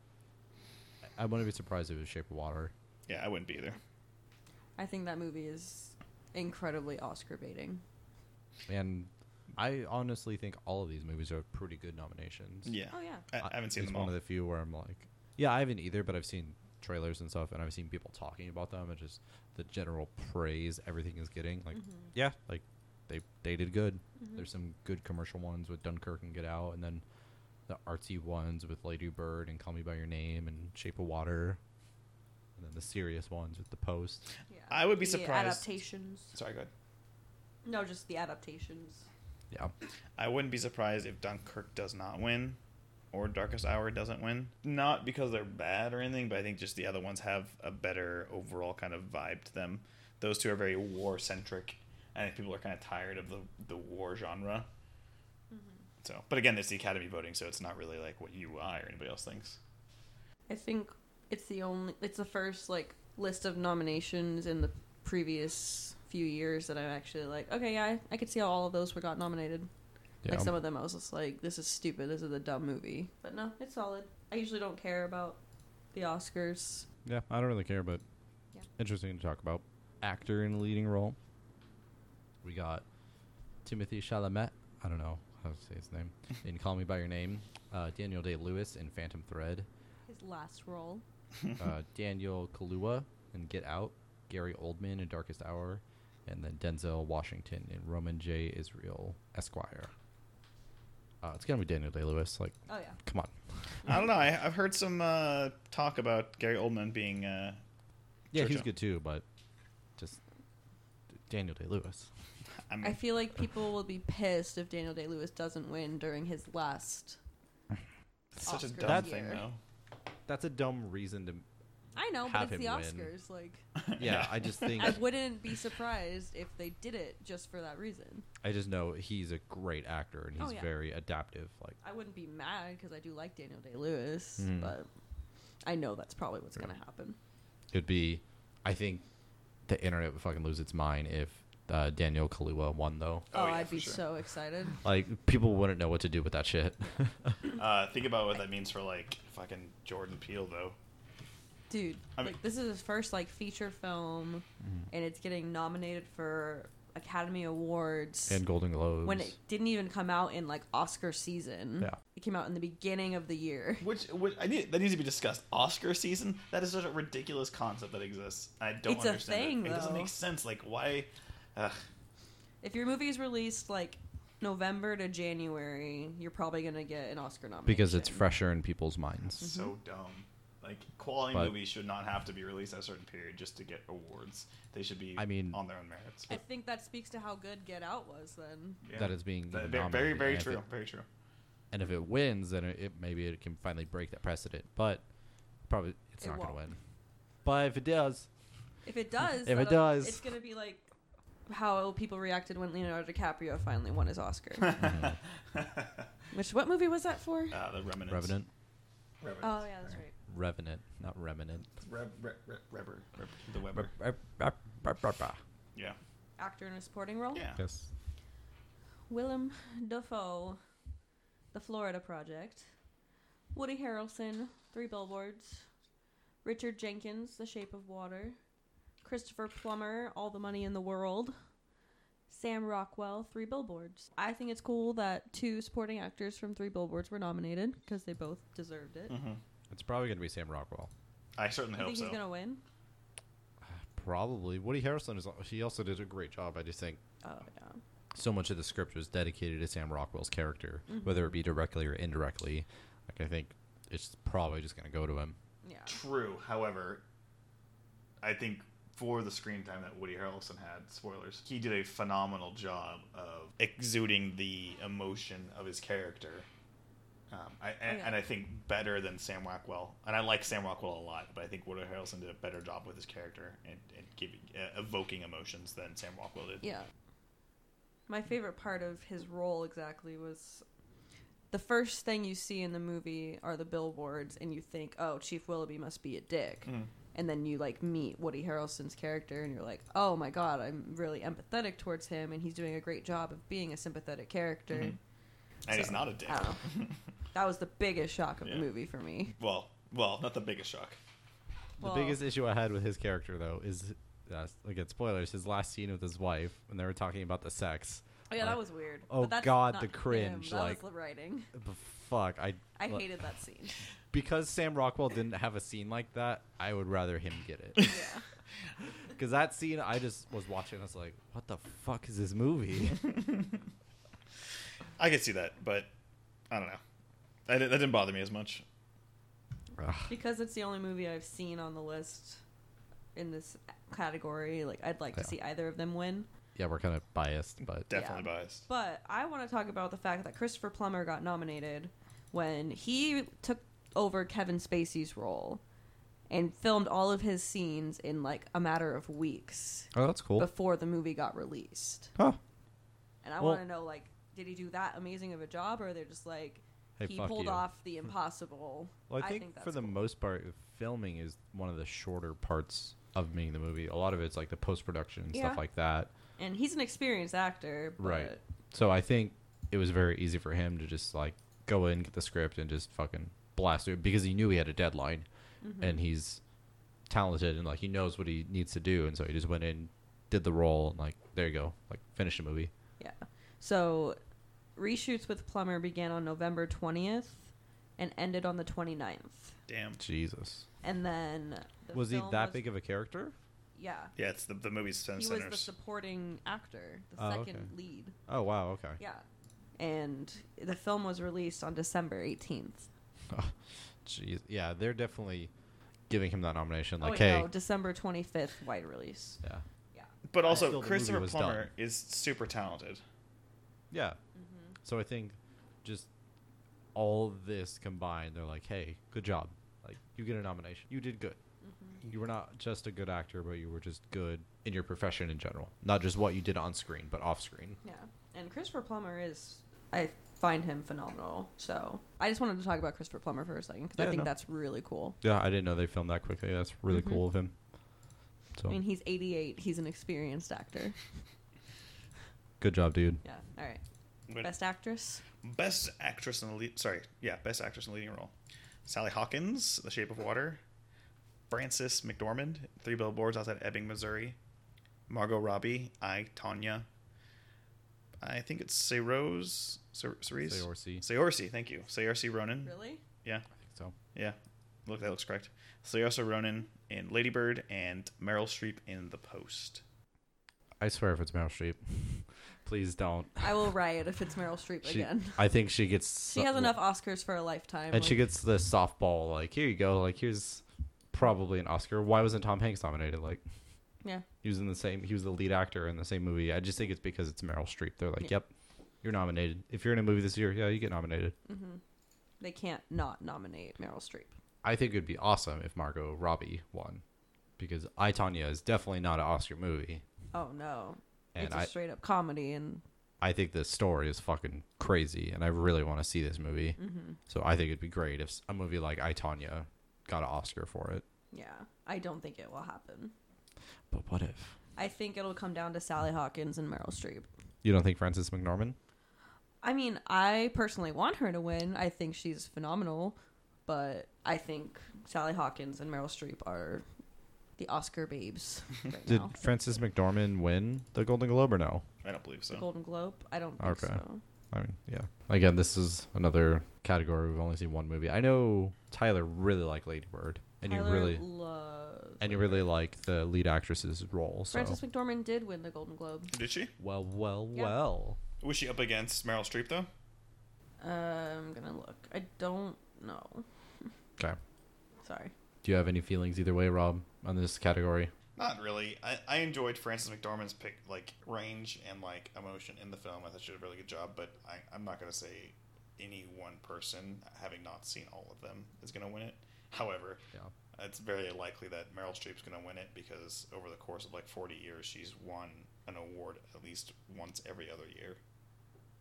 Speaker 3: I- I wouldn't be surprised if it was Shape of Water.
Speaker 1: yeah. I wouldn't be either.
Speaker 2: I think that movie is incredibly Oscar baiting.
Speaker 3: And I honestly think all of these movies are pretty good nominations.
Speaker 1: Yeah,
Speaker 2: Oh yeah.
Speaker 1: I, I haven't seen
Speaker 3: it's
Speaker 1: them all.
Speaker 3: one of the few where I'm like, yeah, I haven't either, but I've seen trailers and stuff, and I've seen people talking about them, and just the general praise everything is getting.
Speaker 2: Mm-hmm.
Speaker 3: Like, yeah, like they they did good. There's some good commercial ones with Dunkirk and Get Out, and then the artsy ones with Lady Bird and Call Me by Your Name and Shape of Water, and then the serious ones with The Post.
Speaker 2: yeah.
Speaker 1: I would be
Speaker 2: The
Speaker 1: surprised-
Speaker 2: Adaptations.
Speaker 1: Sorry, go ahead.
Speaker 2: No, just the adaptations.
Speaker 3: Yeah,
Speaker 1: I wouldn't be surprised if Dunkirk does not win, or Darkest Hour doesn't win. Not because they're bad or anything, but I think just the other ones have a better overall kind of vibe to them. Those two are very war centric, and I think people are kind of tired of the the war genre. So, but again, it's the Academy voting, so it's not really like what you, I, or anybody else thinks.
Speaker 2: I think it's the only it's the first like list of nominations in the previous few years that I'm actually like, okay, yeah, I, I could see how all of those were got nominated.
Speaker 3: yeah.
Speaker 2: Like some of them I was just like, this is stupid, this is a dumb movie. But no, it's solid. I usually don't care about the Oscars.
Speaker 3: yeah, I don't really care, but
Speaker 2: Yeah.
Speaker 3: interesting to talk about. Actor in leading role. We got Timothy Chalamet. I don't know how to say his name. in Call Me by Your Name, uh, Daniel Day Lewis in Phantom Thread,
Speaker 2: His last role.
Speaker 3: uh, Daniel Kaluuya in Get Out, Gary Oldman in Darkest Hour, and then Denzel Washington in Roman J. Israel Esquire. Uh, it's gonna be Daniel Day Lewis. Like,
Speaker 2: Oh yeah.
Speaker 3: come on.
Speaker 1: I don't know. I, I've heard some uh, talk about Gary Oldman being. Uh,
Speaker 3: Yeah,
Speaker 1: Sure,
Speaker 3: he's
Speaker 1: Joe.
Speaker 3: good too, but just Daniel Day Lewis.
Speaker 1: I mean,
Speaker 2: I feel like people will be pissed if Daniel Day Lewis doesn't win during his last.
Speaker 1: it's such a
Speaker 2: Oscar
Speaker 1: dumb
Speaker 3: that-
Speaker 1: thing,
Speaker 2: year.
Speaker 1: though.
Speaker 3: That's a dumb reason to.
Speaker 2: I know,
Speaker 3: Have
Speaker 2: but it's the
Speaker 3: him win.
Speaker 2: Oscars. Like,
Speaker 3: Yeah, I just think
Speaker 2: I wouldn't be surprised if they did it just for that reason.
Speaker 3: I just know he's a great actor and
Speaker 2: Oh,
Speaker 3: he's
Speaker 2: yeah.
Speaker 3: very adaptive. Like,
Speaker 2: I wouldn't be mad because I do like Daniel Day Lewis,
Speaker 3: Mhm.
Speaker 2: but I know that's probably what's going to happen.
Speaker 3: it'd be, I think, the internet would fucking lose its mind if uh, Daniel Kaluuya won though.
Speaker 2: Oh,
Speaker 1: Oh, yeah,
Speaker 2: I'd
Speaker 1: for
Speaker 2: be
Speaker 1: sure.
Speaker 2: so excited.
Speaker 3: Like, people wouldn't know what to do with that shit.
Speaker 1: Uh, think about what that means for like fucking Jordan Peele, though.
Speaker 2: Dude,
Speaker 1: I mean-
Speaker 2: like, this is his first like feature film
Speaker 3: Hmm.
Speaker 2: and it's getting nominated for Academy Awards
Speaker 3: and Golden Globes.
Speaker 2: when it didn't even come out in like Oscar season.
Speaker 3: Yeah.
Speaker 2: It came out in the beginning of the year.
Speaker 1: Which, which I need, that needs to be discussed. Oscar season. That is such a ridiculous concept that exists. I don't
Speaker 2: It's a
Speaker 1: understand.
Speaker 2: thing,
Speaker 1: it. it doesn't
Speaker 2: though.
Speaker 1: make sense. Like why? Ugh.
Speaker 2: If your movie is released like November to January, you're probably going to get an Oscar nomination.
Speaker 3: because it's fresher in people's
Speaker 2: Mm-hmm.
Speaker 3: minds.
Speaker 1: so dumb. Like quality
Speaker 3: But-
Speaker 1: movies should not have to be released at a certain period just to get awards. They should be.
Speaker 3: I mean-
Speaker 1: on their own merits.
Speaker 2: I think that speaks to how good Get Out was then.
Speaker 1: Yeah.
Speaker 3: That is being
Speaker 1: That- very,
Speaker 3: nominated,
Speaker 1: very, very
Speaker 3: and if it-
Speaker 1: true. Very true.
Speaker 3: and if it wins, then it, it maybe it can finally break that precedent. But probably it's
Speaker 2: It
Speaker 3: not going to
Speaker 2: won't.
Speaker 3: win. But if it does,
Speaker 2: If it does,
Speaker 3: If it
Speaker 2: that'll-
Speaker 3: does.
Speaker 2: it's going to be like how people reacted when Leonardo DiCaprio finally won his Oscar.
Speaker 3: Mm-hmm.
Speaker 2: Which what movie was that for?
Speaker 1: Uh, the remnants.
Speaker 3: Revenant,
Speaker 1: Revenants.
Speaker 2: Oh yeah, that's right.
Speaker 3: Revenant, not Revenant.
Speaker 1: Reb, reb, reb, Reber, Reb- the Weber. Yeah.
Speaker 2: Actor in a supporting role.
Speaker 1: Yeah.
Speaker 3: Yes.
Speaker 2: Willem Dafoe, The Florida Project, Woody Harrelson, Three Billboards, Richard Jenkins, The Shape of Water, Christopher Plummer, All the Money in the World, Sam Rockwell, Three Billboards. I think it's cool that two supporting actors from Three Billboards were nominated because they both deserved it.
Speaker 1: hmm
Speaker 3: It's probably going to be Sam Rockwell.
Speaker 1: I certainly
Speaker 2: I think
Speaker 1: hope
Speaker 2: he's
Speaker 1: so.
Speaker 2: gonna win.
Speaker 3: Probably. Woody Harrelson is. He also did a great job. I just think
Speaker 2: Oh yeah.
Speaker 3: so much of the script was dedicated to Sam Rockwell's character,
Speaker 2: Mm-hmm.
Speaker 3: whether it be directly or indirectly. Like I think it's probably just going to go to him.
Speaker 2: Yeah.
Speaker 1: True. However, I think for the screen time that Woody Harrelson had, spoilers, he did a phenomenal job of exuding the emotion of his character. Um, I, and,
Speaker 2: Oh, yeah.
Speaker 1: and I think better than Sam Rockwell. And I like Sam Rockwell a lot, but I think Woody Harrelson did a better job with his character and, and giving, uh, evoking emotions than Sam Rockwell did.
Speaker 2: Yeah. My favorite part of his role exactly was the first thing you see in the movie are the billboards, and you think, oh, Chief Willoughby must be a dick.
Speaker 3: Mm.
Speaker 2: And then you like meet Woody Harrelson's character, and you're like, oh my god, I'm really empathetic towards him, and he's doing a great job of being a sympathetic character.
Speaker 3: Mm-hmm.
Speaker 1: And he's not a dick.
Speaker 2: I don't know. that was the biggest shock of
Speaker 1: Yeah.
Speaker 2: the movie for me.
Speaker 1: Well, well, not the biggest shock.
Speaker 2: Well-
Speaker 3: the biggest issue I had with his character though is, uh, again, spoilers. His last scene with his wife when they were talking about the sex.
Speaker 2: Oh, yeah, that
Speaker 3: Like,
Speaker 2: was weird.
Speaker 3: oh
Speaker 2: But that's
Speaker 3: God,
Speaker 2: not
Speaker 3: the
Speaker 2: him.
Speaker 3: cringe,
Speaker 2: That
Speaker 3: like-
Speaker 2: was the writing.
Speaker 3: b- Fuck. I.
Speaker 2: I
Speaker 3: like,
Speaker 2: hated that scene.
Speaker 3: because Sam Rockwell didn't have a scene like that. I would rather him get it.
Speaker 2: Yeah.
Speaker 3: Because that scene, I just was watching. I was like, "What the fuck is this movie?"
Speaker 1: I could see that, but I don't know. I, di- that didn't bother me as much.
Speaker 2: because it's the only movie I've seen on the list in this category. Like, I'd like to
Speaker 3: Yeah.
Speaker 2: see either of them win.
Speaker 3: yeah, we're kind of biased, but
Speaker 1: Definitely
Speaker 2: Yeah.
Speaker 1: biased.
Speaker 2: But I want to talk about the fact that Christopher Plummer got nominated when he took over Kevin Spacey's role and filmed all of his scenes in like a matter of weeks
Speaker 3: oh, that's cool.
Speaker 2: before the movie got released.
Speaker 3: Huh.
Speaker 2: And I
Speaker 3: Well-
Speaker 2: want to know like, did he do that amazing of a job, or they're just like
Speaker 3: Hey,
Speaker 2: he
Speaker 3: fuck
Speaker 2: pulled
Speaker 3: you.
Speaker 2: off the impossible?
Speaker 3: Well, I think,
Speaker 2: that's
Speaker 3: for the most part, filming is one of the shorter parts of making the movie. A lot of it's like the post production and
Speaker 2: Yeah.
Speaker 3: stuff like that,
Speaker 2: and he's an experienced actor, but
Speaker 3: right? So I think it was very easy for him to just like go in, get the script, and just fucking blast through it because he knew he had a deadline, and he's talented and like he knows what he needs to do, and so he just went in, did the role, and like there you go, like finish the movie.
Speaker 2: Yeah. So, reshoots with Plummer began on November 20th and ended on the 29th.
Speaker 1: Damn.
Speaker 3: Jesus.
Speaker 2: And then the
Speaker 3: was he
Speaker 2: film
Speaker 3: that big of a character?
Speaker 2: Yeah,
Speaker 1: Yeah, it's the the movie's
Speaker 2: he
Speaker 1: centers.
Speaker 2: was the supporting actor, the
Speaker 3: Oh,
Speaker 2: second
Speaker 3: okay.
Speaker 2: lead.
Speaker 3: Oh wow. Okay.
Speaker 2: Yeah, and the film was released on December 18th.
Speaker 3: Oh, Jeez. Yeah, they're definitely giving him that nomination.
Speaker 2: oh
Speaker 3: Like,
Speaker 2: wait,
Speaker 3: hey.
Speaker 2: no, December 25th wide release.
Speaker 3: Yeah.
Speaker 2: Yeah.
Speaker 1: but
Speaker 3: Still,
Speaker 1: also,
Speaker 3: the
Speaker 1: Christopher
Speaker 3: movie was
Speaker 1: Plummer
Speaker 3: done.
Speaker 1: is super talented.
Speaker 3: Yeah. So I think just all this combined, they're like, hey, good job. Like, you get a nomination. You did good. You were not just a good actor, but you were just good in your profession in general. Not just what you did on screen, but off screen.
Speaker 2: Yeah. And Christopher Plummer is I find him phenomenal. So I just wanted to talk about Christopher Plummer for a second because I
Speaker 3: Yeah,
Speaker 2: think
Speaker 3: no.
Speaker 2: that's really cool.
Speaker 3: Yeah, I didn't know they filmed that quickly. That's really
Speaker 2: Mhm.
Speaker 3: cool of him. So
Speaker 2: I mean, he's 88. He's an experienced actor.
Speaker 3: good job, dude.
Speaker 2: Yeah. All right.
Speaker 1: But
Speaker 2: Best actress.
Speaker 1: Best actress in the lead. Sorry, yeah, best actress in the leading role. Sally Hawkins, The Shape of Water. Frances McDormand, Three Billboards Outside Ebbing, Missouri. Margot Robbie, I Tanya. I think it's Sayros. Sar- Cerise?
Speaker 3: Saoirse.
Speaker 1: Sayorsi, thank you. Sayorsi Ronan.
Speaker 2: Really?
Speaker 1: Yeah,
Speaker 3: I think so.
Speaker 1: yeah. Look, that looks correct. Sayorsi Ronan in Ladybird and Meryl Streep in The Post.
Speaker 3: I swear if it's Meryl Streep, please don't.
Speaker 2: I will riot if it's Meryl Streep
Speaker 3: She,
Speaker 2: again.
Speaker 3: I think she gets.
Speaker 2: She has enough Oscars for a lifetime.
Speaker 3: And she
Speaker 2: like-
Speaker 3: gets the softball, like, here you go, like here's probably an Oscar. Why wasn't Tom Hanks nominated? Like
Speaker 2: Yeah.
Speaker 3: he was in the same he was the lead actor in the same movie. I just think it's because it's Meryl Streep. They're like,
Speaker 2: Yeah.
Speaker 3: Yep, you're nominated. If you're in a movie this year, yeah, you get nominated.
Speaker 2: mm-hmm. They can't not nominate Meryl Streep.
Speaker 3: I think it'd be awesome if Margot Robbie won. Because I Tanya is definitely not an Oscar movie.
Speaker 2: Oh no.
Speaker 3: And
Speaker 2: it's
Speaker 3: I-
Speaker 2: a straight up comedy and
Speaker 3: I think the story is fucking crazy, and I really want to see this movie.
Speaker 2: Mm-hmm.
Speaker 3: So I think it'd be great if s- a movie like I Tanya got an Oscar for it.
Speaker 2: yeah, I don't think it will happen.
Speaker 3: But what if
Speaker 2: I think it'll come down to Sally Hawkins and Meryl Streep.
Speaker 3: you don't think Frances McDormand?
Speaker 2: I mean, I personally want her to win. I think she's phenomenal, but I think Sally Hawkins and Meryl Streep are the Oscar babes right
Speaker 3: Did
Speaker 2: now.
Speaker 3: Frances McDormand win the Golden Globe or no?
Speaker 1: I don't believe
Speaker 2: The
Speaker 1: so.
Speaker 2: Golden Globe? I don't think
Speaker 3: Okay.
Speaker 2: so.
Speaker 3: I mean, yeah. Again, this is another category we've only seen one movie. I know Tyler really liked Lady Bird, and
Speaker 2: Tyler
Speaker 3: you really
Speaker 2: loves
Speaker 3: and you really like the lead actress's role. So
Speaker 2: Frances McDormand did win the Golden Globe.
Speaker 1: Did she?
Speaker 3: well, well,
Speaker 2: Yeah.
Speaker 3: well.
Speaker 1: Was she up against Meryl Streep, though?
Speaker 2: Uh, I'm gonna look. I don't know.
Speaker 3: Okay.
Speaker 2: Sorry.
Speaker 3: Do you have any feelings either way, Rob, on this category?
Speaker 1: Not really. I, I enjoyed Frances McDormand's pick, like range and like emotion in the film. I thought she did a really good job, but I, I'm not gonna say any one person, having not seen all of them, is gonna win it. However,
Speaker 3: Yeah.
Speaker 1: it's very likely that Meryl Streep's gonna win it because over the course of like 40 years, she's won an award at least once every other year.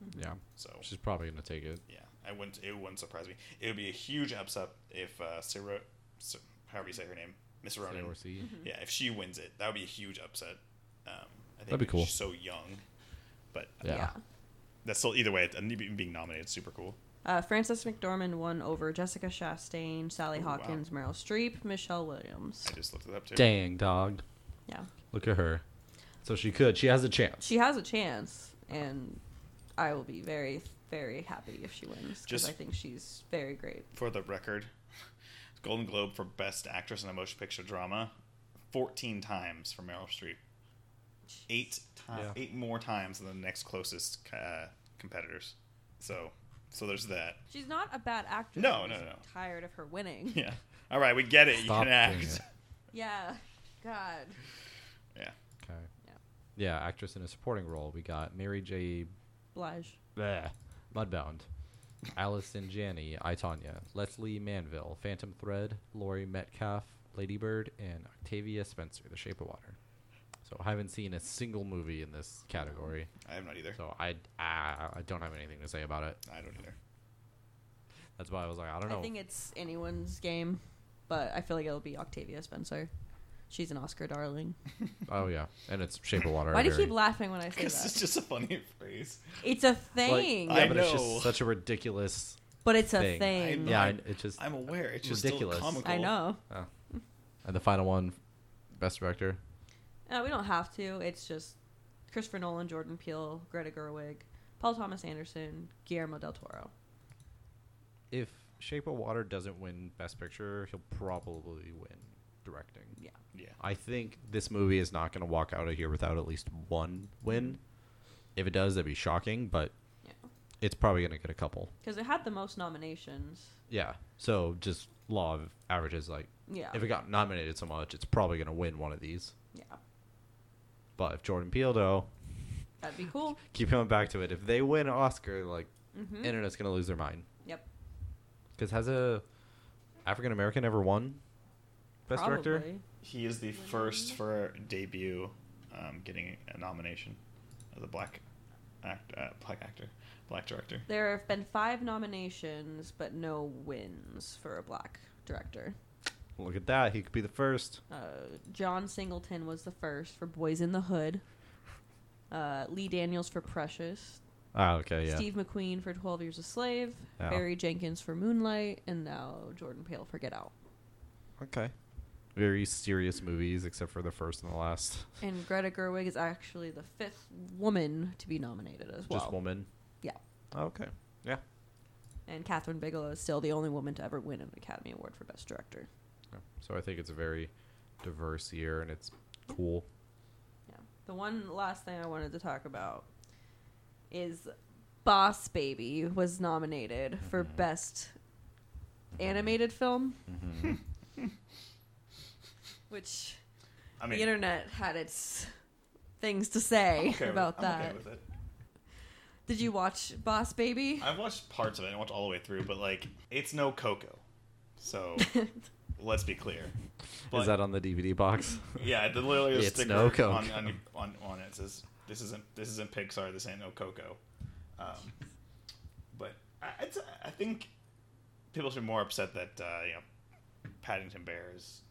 Speaker 2: Mm-hmm.
Speaker 3: Yeah.
Speaker 1: So
Speaker 3: She's probably gonna take it.
Speaker 1: yeah, I wouldn't. It wouldn't surprise me. It would be a huge upset if uh, Sarah, Sir, however you say her name, Miss Ronan.
Speaker 3: Saoirse.
Speaker 2: Mm-hmm.
Speaker 1: Yeah, if she wins it, that would be a huge upset. Um, I think
Speaker 3: That'd be cool.
Speaker 1: She's so young, but
Speaker 3: Yeah.
Speaker 1: that's still either way. And even being nominated, is super cool.
Speaker 2: Uh, Frances McDormand won over Jessica Chastain, Sally
Speaker 1: Oh, wow.
Speaker 2: Hawkins, Meryl Streep, Michelle Williams.
Speaker 1: I just looked it up too.
Speaker 3: Dang dog.
Speaker 2: Yeah.
Speaker 3: Look at her. So she could. She has a chance.
Speaker 2: she has a chance, and I will be very, very happy if she wins because
Speaker 1: Just-
Speaker 2: I think she's very great.
Speaker 1: For the record, Golden Globe for Best Actress in a Motion Picture Drama, fourteen times for Meryl Streep. Eight times,
Speaker 3: Yeah.
Speaker 1: eight more times than the next closest uh, competitors. So, so there's that.
Speaker 2: She's not a bad actress.
Speaker 1: No,
Speaker 2: I'm
Speaker 1: no,
Speaker 2: just
Speaker 1: no.
Speaker 2: Tired of her winning.
Speaker 1: Yeah. All right, we get it.
Speaker 3: Stop
Speaker 1: you can
Speaker 3: doing
Speaker 1: act.
Speaker 3: it.
Speaker 2: yeah. God.
Speaker 1: Yeah.
Speaker 3: Okay.
Speaker 2: Yeah.
Speaker 3: Yeah, actress in a supporting role. We got Mary J.
Speaker 2: Blige.
Speaker 3: Bleh, Mudbound, Allison Janney, I Tanya, Leslie Manville, Phantom Thread, Lori Metcalf, Lady Bird, and Octavia Spencer, The Shape of Water. So I haven't seen a single movie in this category.
Speaker 1: I have not either.
Speaker 3: So I ah, I don't have anything to say about it.
Speaker 1: I don't either.
Speaker 3: That's why I was like, I don't
Speaker 2: I,
Speaker 3: know.
Speaker 2: think it's anyone's game, but I feel like it'll be Octavia Spencer. She's an Oscar darling.
Speaker 3: oh yeah, and it's Shape of Water.
Speaker 2: Why do you
Speaker 3: very-
Speaker 2: keep laughing when I say
Speaker 1: Because it's
Speaker 2: that?
Speaker 1: just a funny phrase.
Speaker 2: It's a
Speaker 3: Like,
Speaker 2: thing,
Speaker 3: yeah,
Speaker 1: I
Speaker 3: but it's
Speaker 1: know.
Speaker 3: just such a ridiculous.
Speaker 2: but it's a
Speaker 3: thing.
Speaker 2: thing.
Speaker 1: I know.
Speaker 3: Yeah,
Speaker 1: I'm-
Speaker 3: it just.
Speaker 1: I'm aware. It's just
Speaker 3: Ridiculous.
Speaker 1: Still comical.
Speaker 2: I know.
Speaker 3: and the final one, best director.
Speaker 2: Uh, we don't have to. It's just Christopher Nolan, Jordan Peele, Greta Gerwig, Paul Thomas Anderson, Guillermo del Toro.
Speaker 3: If Shape of Water doesn't win Best Picture, he'll probably win directing.
Speaker 2: Yeah.
Speaker 1: Yeah.
Speaker 3: I think this movie is not going to walk out of here without at least one win. If it does, that'd be shocking, but
Speaker 2: Yeah.
Speaker 3: it's probably going to get a couple.
Speaker 2: Because it had the most nominations.
Speaker 3: Yeah. So just law of averages, like
Speaker 2: Yeah.
Speaker 3: if it got nominated so much, it's probably going to win one of these.
Speaker 2: yeah.
Speaker 3: But if Jordan Peele, though,
Speaker 2: That'd be cool.
Speaker 3: keep coming back to it. If they win an Oscar, like
Speaker 2: hmm
Speaker 3: internet's going to lose their mind
Speaker 2: Yep.
Speaker 3: because has a African American ever won best director?
Speaker 2: Probably.
Speaker 1: He is the first for debut um, getting a nomination as a black act, uh, black actor, black director.
Speaker 2: There have been five nominations, but no wins for a black director.
Speaker 3: Look at that. He could be the first.
Speaker 2: Uh, John Singleton was the first for Boys in the Hood. Uh, Lee Daniels for Precious.
Speaker 3: Ah, okay, yeah.
Speaker 2: Steve McQueen for 12 Years a Slave.
Speaker 3: Yeah.
Speaker 2: Barry Jenkins for Moonlight. And now Jordan Peele for Get Out.
Speaker 3: Okay. Very serious movies, except for the first and the last.
Speaker 2: And Greta Gerwig is actually the fifth woman to be nominated as well.
Speaker 3: Just woman. Oh,
Speaker 2: Yeah.
Speaker 3: Okay. Yeah.
Speaker 2: And Catherine Bigelow is still the only woman to ever win an Academy Award for Best Director.
Speaker 3: Yeah. So I think it's a very diverse year, and it's cool.
Speaker 2: Yeah. The one last thing I wanted to talk about is Boss Baby was nominated for
Speaker 1: Mm-hmm.
Speaker 2: Best Animated Film,
Speaker 3: Mm-hmm.
Speaker 2: which
Speaker 1: I mean,
Speaker 2: the internet had its things to say
Speaker 1: I'm okay with-
Speaker 2: about
Speaker 1: I'm
Speaker 2: that.
Speaker 1: okay with it.
Speaker 2: Did you watch Boss Baby?
Speaker 1: I've watched parts of it. I didn't watch all the way through, but like, it's no Coco. So let's be clear. But-
Speaker 3: Is that on the DVD box?
Speaker 1: Yeah, the literally the
Speaker 3: It's
Speaker 1: sticker
Speaker 3: no Coco.
Speaker 1: on, on, on on it says this isn't this isn't Pixar. This ain't no Coco. Um, but I, it's, I think people should be more upset that uh, you know Paddington Bear is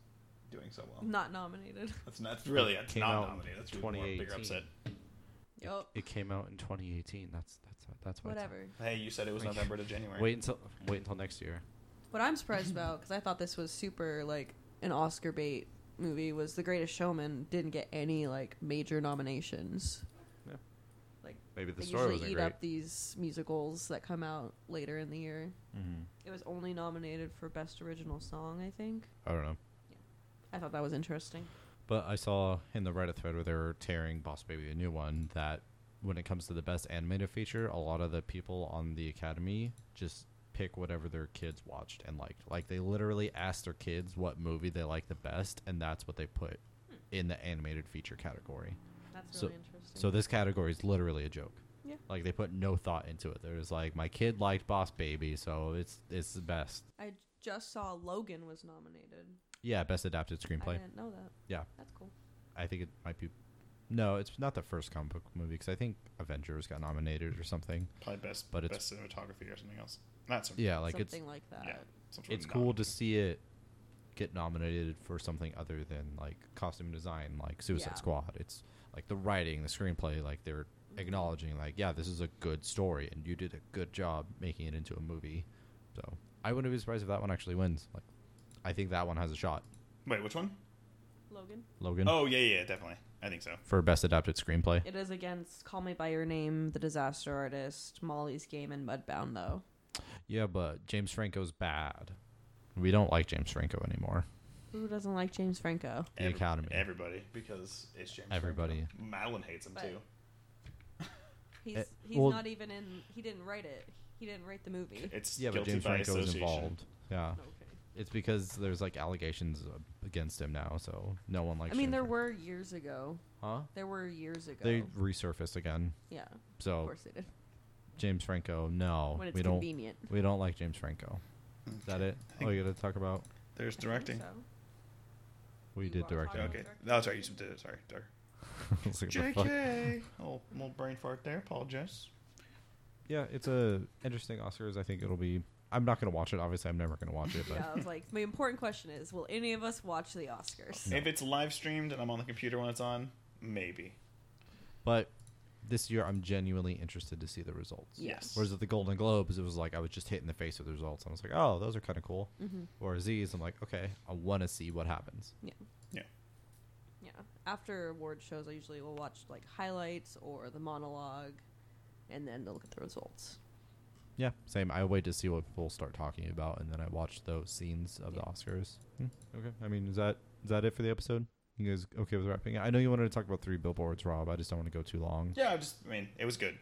Speaker 1: doing so well.
Speaker 2: Not nominated.
Speaker 1: That's not that's really that's
Speaker 3: Came out
Speaker 1: not
Speaker 3: in
Speaker 1: nominated. That's really more bigger
Speaker 3: 2018.
Speaker 1: upset.
Speaker 2: Yup.
Speaker 3: It came out in 2018. That's that's that's why it's-
Speaker 2: Whatever.
Speaker 1: Hey, you said it was
Speaker 3: Like,
Speaker 1: November to January.
Speaker 3: Wait until wait until next year.
Speaker 2: What I'm surprised about, because I thought this was super like an Oscar bait movie, was The Greatest Showman didn't get any like major nominations.
Speaker 3: Yeah.
Speaker 2: Like
Speaker 3: Maybe the
Speaker 2: they
Speaker 3: story
Speaker 2: usually
Speaker 3: wasn't
Speaker 2: eat
Speaker 3: great.
Speaker 2: up these musicals that come out later in the year.
Speaker 3: Mm-hmm.
Speaker 2: It was only nominated for Best Original Song, I think.
Speaker 3: I don't know.
Speaker 2: I thought that was interesting.
Speaker 3: But I saw in the Reddit thread where they were tearing Boss Baby a new one that when it comes to the best animated feature, a lot of the people on the Academy just pick whatever their kids watched and liked. Like they literally asked their kids what movie they liked the best, and that's what they put in the animated feature category.
Speaker 2: That's
Speaker 3: So-
Speaker 2: really interesting.
Speaker 3: So this category is literally a joke.
Speaker 2: Yeah.
Speaker 3: Like they put no thought into it. They're just like, my kid liked Boss Baby, so it's it's the best.
Speaker 2: I just saw Logan was nominated.
Speaker 3: Yeah, best adapted
Speaker 2: I
Speaker 3: screenplay.
Speaker 2: didn't know that.
Speaker 3: Yeah.
Speaker 2: That's cool.
Speaker 3: I think it might be. No, it's not the first comic book movie because I think Avengers got nominated or something.
Speaker 1: Probably best
Speaker 3: But it's-
Speaker 1: best cinematography or something else. Not some,
Speaker 3: Yeah, like
Speaker 2: Something like that.
Speaker 1: yeah, some sort
Speaker 3: it's it's
Speaker 1: of
Speaker 3: cool
Speaker 1: nom-
Speaker 3: to see it get nominated for something other than like costume design, like Suicide
Speaker 2: Yeah.
Speaker 3: Squad. It's like the writing, the screenplay, like they're
Speaker 2: Mm-hmm.
Speaker 3: acknowledging like, yeah, this is a good story and you did a good job making it into a movie. So I wouldn't be surprised if that one actually wins. Like, I think that one has a shot.
Speaker 1: Wait, which one?
Speaker 2: Logan.
Speaker 3: Logan
Speaker 1: Oh yeah, yeah, definitely. I think so.
Speaker 3: for best adapted screenplay.
Speaker 2: It is against Call Me by Your Name, The Disaster Artist, Molly's Game, and Mudbound, though.
Speaker 3: Yeah, but James Franco's bad. We don't like James Franco anymore.
Speaker 2: Who doesn't like James Franco?
Speaker 3: The Academy.
Speaker 1: Everybody, because it's James.
Speaker 3: Everybody.
Speaker 1: Franco. Madeline hates him
Speaker 2: But-
Speaker 1: too.
Speaker 2: He's
Speaker 3: Eh,
Speaker 2: he's
Speaker 3: well-
Speaker 2: not even in. He didn't write it. He didn't write the movie.
Speaker 1: It's
Speaker 3: Yeah, but
Speaker 1: guilty
Speaker 3: James
Speaker 1: by
Speaker 3: Franco was
Speaker 1: association.
Speaker 3: involved. Yeah,
Speaker 2: Okay.
Speaker 3: it's because there's like allegations uh, against him now, so no one likes.
Speaker 2: I mean,
Speaker 3: James
Speaker 2: there
Speaker 3: Franco.
Speaker 2: were years ago.
Speaker 3: huh?
Speaker 2: There were years ago.
Speaker 3: They resurfaced again.
Speaker 2: yeah, of
Speaker 3: So
Speaker 2: course they did.
Speaker 3: James Franco, no,
Speaker 2: When it's
Speaker 3: oh, we don't,
Speaker 2: convenient.
Speaker 3: we don't like James Franco. Is that it?
Speaker 1: I
Speaker 3: Oh,
Speaker 1: think-
Speaker 3: you gotta talk about.
Speaker 1: There's
Speaker 2: I think
Speaker 1: directing.
Speaker 2: so.
Speaker 3: We
Speaker 2: You
Speaker 3: did
Speaker 2: wanna
Speaker 3: direct.
Speaker 2: talk
Speaker 3: him.
Speaker 2: about
Speaker 1: Okay, that's right. You just did it. Sorry, sorry.
Speaker 3: I was like, "The fuck?"
Speaker 1: JK. Oh, little brain fart there. Apologize.
Speaker 3: Yeah, it's a interesting Oscars. I think it'll be. I'm not gonna watch it. Obviously, I'm never gonna watch it. But
Speaker 2: Yeah, I was like, my important question is, will any of us watch the Oscars?
Speaker 3: No.
Speaker 1: If it's live streamed and I'm on the computer when it's on, maybe.
Speaker 3: but this year, I'm genuinely interested to see the results.
Speaker 2: Yes.
Speaker 3: Whereas at the Golden Globes, it was like I was just hit in the face with the results. I was like, oh, those are kind of cool.
Speaker 2: Mm-hmm.
Speaker 3: Whereas these, I'm like, okay, I want to see what happens.
Speaker 2: Yeah. After award shows, I usually will watch like highlights or the monologue, and and then to look at the results.
Speaker 3: Yeah, same. I wait to see what people start talking about, and then I watch those scenes of the
Speaker 2: Yeah.
Speaker 3: Oscars. Hmm. Okay. I mean, is that is that it for the episode? You guys okay with wrapping? it? I know you wanted to talk about three billboards, Rob. I just don't want to go too long.
Speaker 1: Yeah, I just I mean it was good.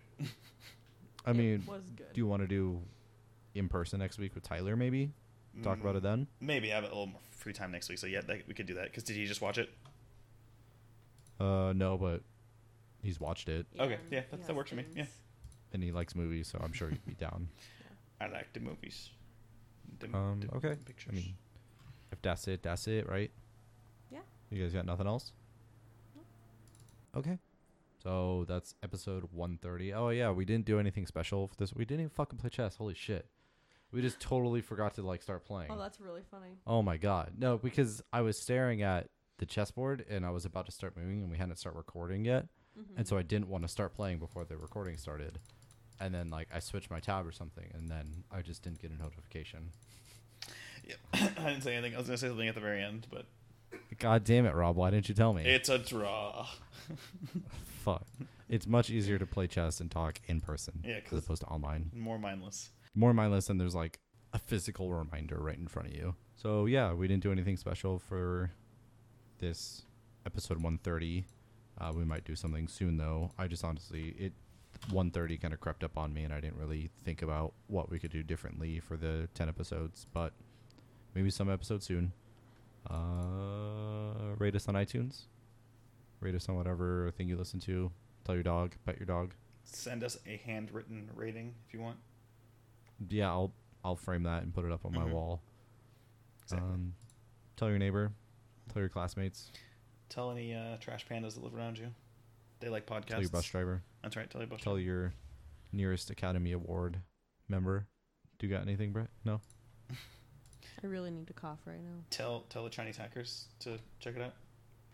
Speaker 3: I mean,
Speaker 2: was good.
Speaker 3: do you want to do in person next week with Tyler? Maybe talk about it
Speaker 2: Mm.
Speaker 3: then.
Speaker 1: Maybe I have a little more free time next week, so yeah, that, we could do that. Because did he just watch it?
Speaker 3: Uh, no, but he's watched it
Speaker 1: Okay,
Speaker 2: and
Speaker 1: yeah,
Speaker 2: he
Speaker 1: that- that
Speaker 2: has
Speaker 1: works for me, yeah.
Speaker 2: things.
Speaker 3: and he likes movies, so I'm sure he'd be down.
Speaker 1: I like the movies. The,
Speaker 3: Um,
Speaker 1: the
Speaker 3: okay. I
Speaker 1: Pictures.
Speaker 3: mean, if that's it, that's it, right?
Speaker 2: Yeah.
Speaker 3: You guys got nothing else? Okay. So that's episode 130. Oh, yeah. We didn't do anything special for this. We didn't even fucking play chess. Holy shit. We just totally forgot to, like, start playing.
Speaker 2: Oh, that's really funny.
Speaker 3: Oh my god. No, because I was staring at the chessboard and I was about to start moving and we hadn't started recording yet. And so I didn't want to start playing before the recording started. And then like I switched my tab or something and then I just didn't get a notification.
Speaker 1: I didn't say anything. I was gonna say something at the very end, but
Speaker 3: God damn it, Rob, why didn't you tell me?
Speaker 1: it's a draw.
Speaker 3: Fuck. It's much easier to play chess and talk in person
Speaker 1: Yeah,
Speaker 3: as
Speaker 1: 'cause-
Speaker 3: opposed to online.
Speaker 1: More mindless.
Speaker 3: More mindless and there's like a physical reminder right in front of you. So yeah, we didn't do anything special for this episode 130. Uh, we might do something soon though. I just honestly it 130 kind of crept up on me and I didn't really think about what we could do differently for the 10 episodes, but maybe some episode soon. Uh, rate us on iTunes. Rate us on whatever thing you listen to. Tell your dog, pet your dog.
Speaker 1: Send us a handwritten rating if you want.
Speaker 3: Yeah, I'll I'll frame that and put it up on my
Speaker 1: Mhm.
Speaker 3: wall.
Speaker 1: Exactly.
Speaker 3: Um, tell your neighbor, tell your classmates,
Speaker 1: Tell any uh, trash pandas that live around you. They like podcasts.
Speaker 3: tell your bus driver,
Speaker 1: That's right. Tell your bus.
Speaker 3: tell your nearest Academy Award member. Do you got anything, Brett? No.
Speaker 2: I really need to cough right now.
Speaker 1: Tell tell the Chinese hackers to check it out.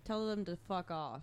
Speaker 2: Tell them to fuck off.